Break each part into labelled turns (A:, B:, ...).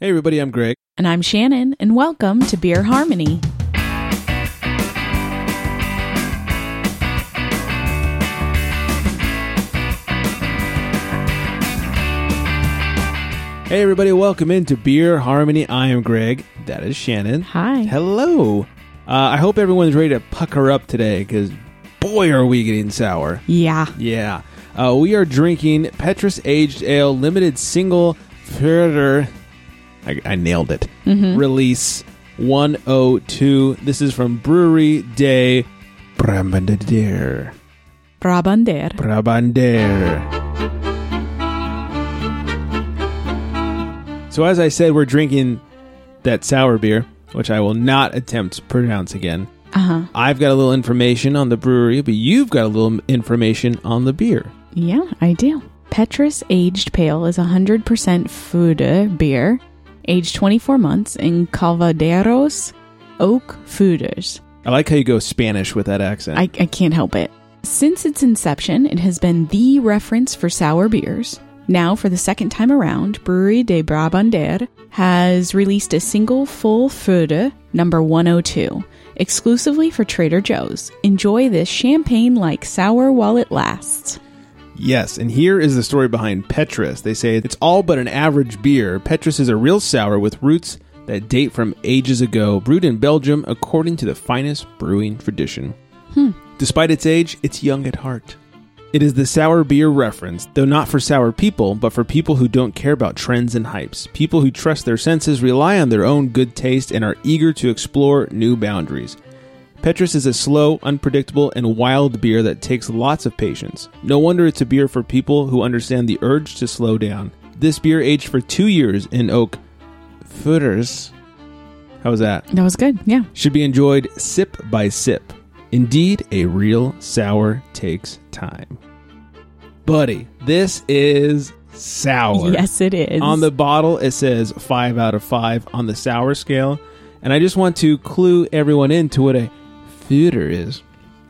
A: Hey, everybody, I'm Greg.
B: And I'm Shannon, and welcome to Beer Harmony.
A: Hey, everybody, welcome into Beer Harmony. I am Greg. That is Shannon.
B: Hi.
A: Hello. Uh, I hope everyone's ready to pucker up today because boy, are we getting sour.
B: Yeah.
A: Yeah. Uh, we are drinking Petrus Aged Ale Limited Single Further. I, I nailed it. Release 102. This is from Brewery Day. Brabandadir.
B: Brabander.
A: Brabander. So, as I said, we're drinking that sour beer, which I will not attempt to pronounce again.
B: Uh huh.
A: I've got a little information on the brewery, but you've got a little information on the beer.
B: Yeah, I do. Petrus Aged Pale is 100% Fude beer, aged 24 months in Calvaderos oak Fuders.
A: I like how you go Spanish with that accent.
B: I, I can't help it. Since its inception, it has been the reference for sour beers. Now, for the second time around, Brewery de Brabander has released a single full Feude number 102, exclusively for Trader Joe's. Enjoy this champagne like sour while it lasts.
A: Yes, and here is the story behind Petrus. They say it's all but an average beer. Petrus is a real sour with roots that date from ages ago, brewed in Belgium according to the finest brewing tradition. Despite its age, it's young at heart. It is the sour beer reference, though not for sour people, but for people who don't care about trends and hypes. People who trust their senses, rely on their own good taste, and are eager to explore new boundaries. Petrus is a slow, unpredictable, and wild beer that takes lots of patience. No wonder it's a beer for people who understand the urge to slow down. This beer aged for two years in oak footers. How was that?
B: That was good. Yeah.
A: Should be enjoyed sip by sip. Indeed, a real sour takes time. Buddy, this is sour.
B: Yes, it is.
A: On the bottle, it says five out of five on the sour scale. And I just want to clue everyone into what a fooder is.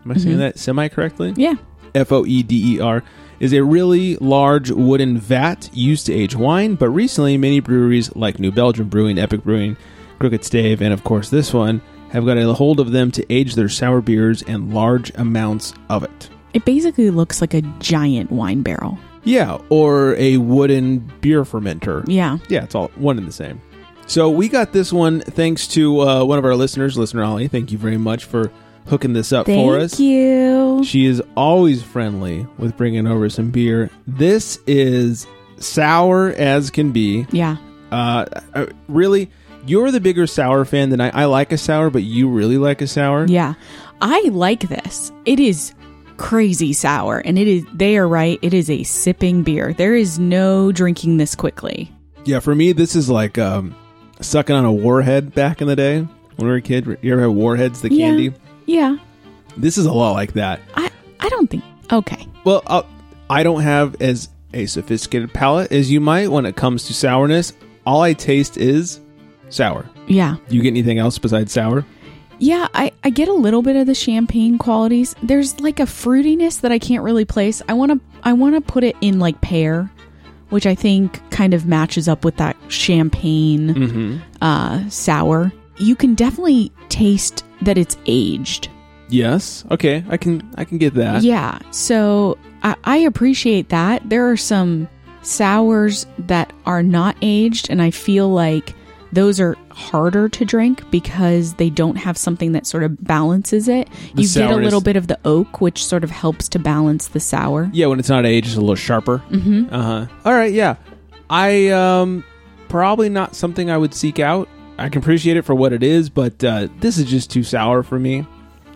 A: Am I saying that semi correctly?
B: Yeah.
A: F O E D E R is a really large wooden vat used to age wine, but recently many breweries like New Belgium Brewing, Epic Brewing, Crooked Stave, and of course this one have got a hold of them to age their sour beers and large amounts of it.
B: It basically looks like a giant wine barrel.
A: Yeah, or a wooden beer fermenter.
B: Yeah.
A: Yeah, it's all one and the same. So we got this one thanks to uh, one of our listeners, listener Holly. Thank you very much for hooking this up
B: Thank
A: for us.
B: you.
A: She is always friendly with bringing over some beer. This is sour as can be.
B: Yeah.
A: Uh, uh, really, you're the bigger sour fan than I. I like a sour, but you really like a sour.
B: Yeah. I like this. It is crazy sour and it is they are right, it is a sipping beer. There is no drinking this quickly.
A: Yeah, for me, this is like um, sucking on a warhead back in the day when we were a kid. You ever had warheads, the candy?
B: Yeah. Yeah.
A: This is a lot like that.
B: I I don't think okay.
A: Well, I'll, I don't have as a sophisticated palate as you might when it comes to sourness. All I taste is sour.
B: Yeah.
A: You get anything else besides sour?
B: Yeah, I, I get a little bit of the champagne qualities. There's like a fruitiness that I can't really place. I wanna I wanna put it in like pear, which I think kind of matches up with that champagne
A: Mm-hmm.
B: uh sour. You can definitely taste that it's aged.
A: Yes. Okay. I can. I can get that.
B: Yeah. So I, I appreciate that. There are some sours that are not aged, and I feel like those are harder to drink because they don't have something that sort of balances it.
A: The
B: you get a
A: sourness.
B: little bit of the oak, which sort of helps to balance the sour.
A: Yeah. When it's not aged, it's a little sharper. Mm-hmm. Uh huh. All right. Yeah. I um probably not something I would seek out. I can appreciate it for what it is, but uh, this is just too sour for me.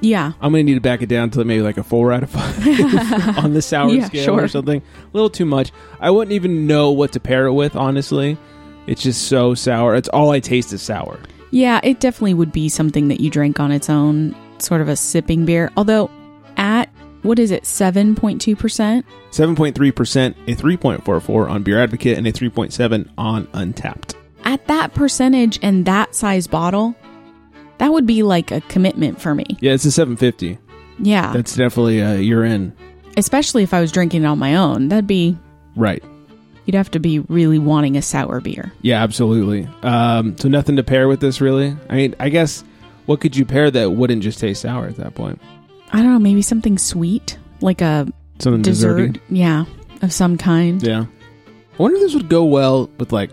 B: Yeah.
A: I'm gonna need to back it down to maybe like a four out of five on the sour
B: Yeah,
A: scale
B: sure.
A: or something. A little too much. I wouldn't even know what to pair it with, honestly. It's just so sour. It's all I taste is sour.
B: Yeah, it definitely would be something that you drink on its own, sort of a sipping beer. Although, at what is it, 7.2%?
A: Seven point three percent, a three point four four on Beer Advocate, and a three point seven on Untapped.
B: at that percentage and that size bottle, that would be like a commitment for me.
A: Yeah, it's a seven fifty.
B: Yeah.
A: That's definitely uh, you're in.
B: Especially if I was drinking it on my own. That'd be,
A: Right.
B: You'd have to be really wanting a sour beer.
A: Yeah, absolutely. Um, so nothing to pair with this, really. I mean, I guess what could you pair that wouldn't just taste sour at that point?
B: I don't know, maybe something sweet, like a
A: Something
B: dessert.
A: desserty.
B: Yeah, of some kind.
A: Yeah. I wonder if this would go well with like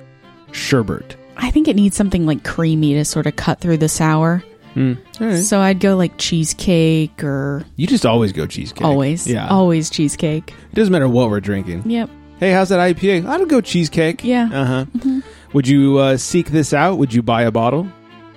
A: sherbet.
B: I think it needs something like creamy to sort of cut through the sour.
A: Mm. All right.
B: So I'd go like cheesecake or
A: You just always go cheesecake.
B: always.
A: Yeah.
B: Always cheesecake.
A: It doesn't matter what we're drinking.
B: Yep.
A: Hey, how's that IPA? I'd go cheesecake.
B: Yeah. Mm-hmm.
A: Uh huh. Would you uh, seek this out? Would you buy a bottle?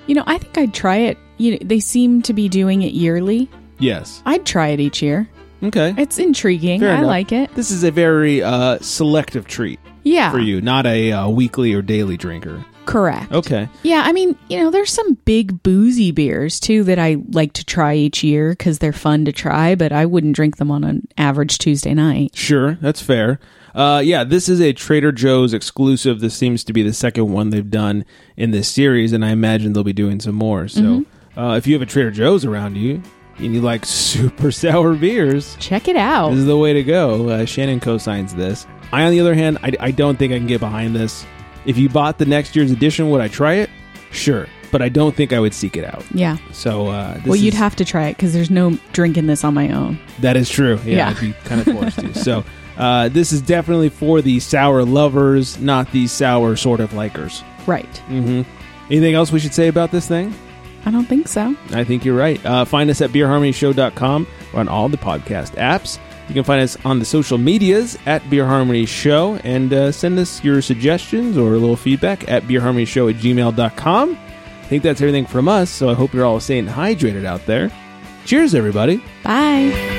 B: You know, I think I'd try it. You know, they seem to be doing it yearly.
A: Yes.
B: I'd try it each year.
A: Okay.
B: It's intriguing.
A: Fair
B: I
A: enough.
B: like it.
A: This is a very uh, selective treat
B: Yeah.
A: for you, not a uh, weekly or daily drinker.
B: Correct.
A: Okay.
B: Yeah, I mean, you know, there's some big boozy beers too that I like to try each year because they're fun to try, but I wouldn't drink them on an average Tuesday night.
A: Sure, that's fair. Uh, yeah, this is a Trader Joe's exclusive. This seems to be the second one they've done in this series, and I imagine they'll be doing some more. So,
B: Mm-hmm.
A: uh, if you have a Trader Joe's around you and you like super sour beers,
B: Check it out.
A: this is the way to go. Uh, Shannon co-signs this. I, on the other hand, I, I don't think I can get behind this. If you bought the next year's edition, would I try it? Sure, but I don't think I would seek it out.
B: yeah.
A: So, uh, this
B: Well, you'd
A: is-
B: have to try it because there's no drinking this on my own.
A: that is true. Yeah,
B: Yeah.
A: I'd be kind of forced to. So uh, this is definitely for the sour lovers, not the sour sort of likers.
B: Right.
A: Mm-hmm. Anything else we should say about this thing?
B: I don't think so.
A: I think you're right. Uh, find us at beerharmonyshow.com or on all the podcast apps. You can find us on the social medias at Beer Harmony Show and uh, send us your suggestions or a little feedback at beerharmonyshow at gmail.com. I think that's everything from us, so I hope you're all staying hydrated out there. Cheers, everybody.
B: Bye.